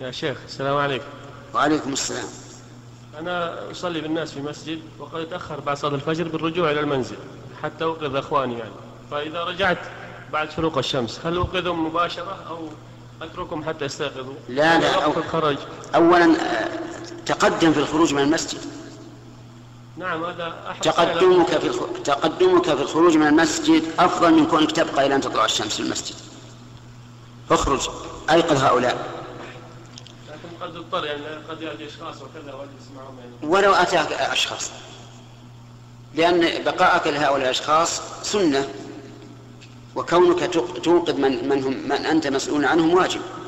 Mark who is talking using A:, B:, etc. A: يا شيخ السلام عليكم
B: وعليكم السلام
A: أنا أصلي بالناس في مسجد وقد أتأخر بعد صلاة الفجر بالرجوع إلى المنزل حتى أوقظ إخواني يعني فإذا رجعت بعد شروق الشمس هل أوقظهم مباشرة أو أتركهم حتى يستيقظوا؟
B: لا، لا،
A: أنا وقت
B: أو-
A: الخرج
B: أولا آه، تقدم في الخروج من المسجد
A: نعم هذا أحد
B: تقدمك في الخ... تقدمك في الخروج من المسجد أفضل من كونك تبقى إلى أن تطلع الشمس في المسجد اخرج أيقظ هؤلاء
A: لكن قد اضطر يعني قد يأتي أشخاص وكذا وأجلس معهم يعني
B: ولو أتاك أشخاص لأن بقاءك لهؤلاء الأشخاص سنة وكونك توق- توقظ من, من, هم من أنت مسؤول عنهم واجب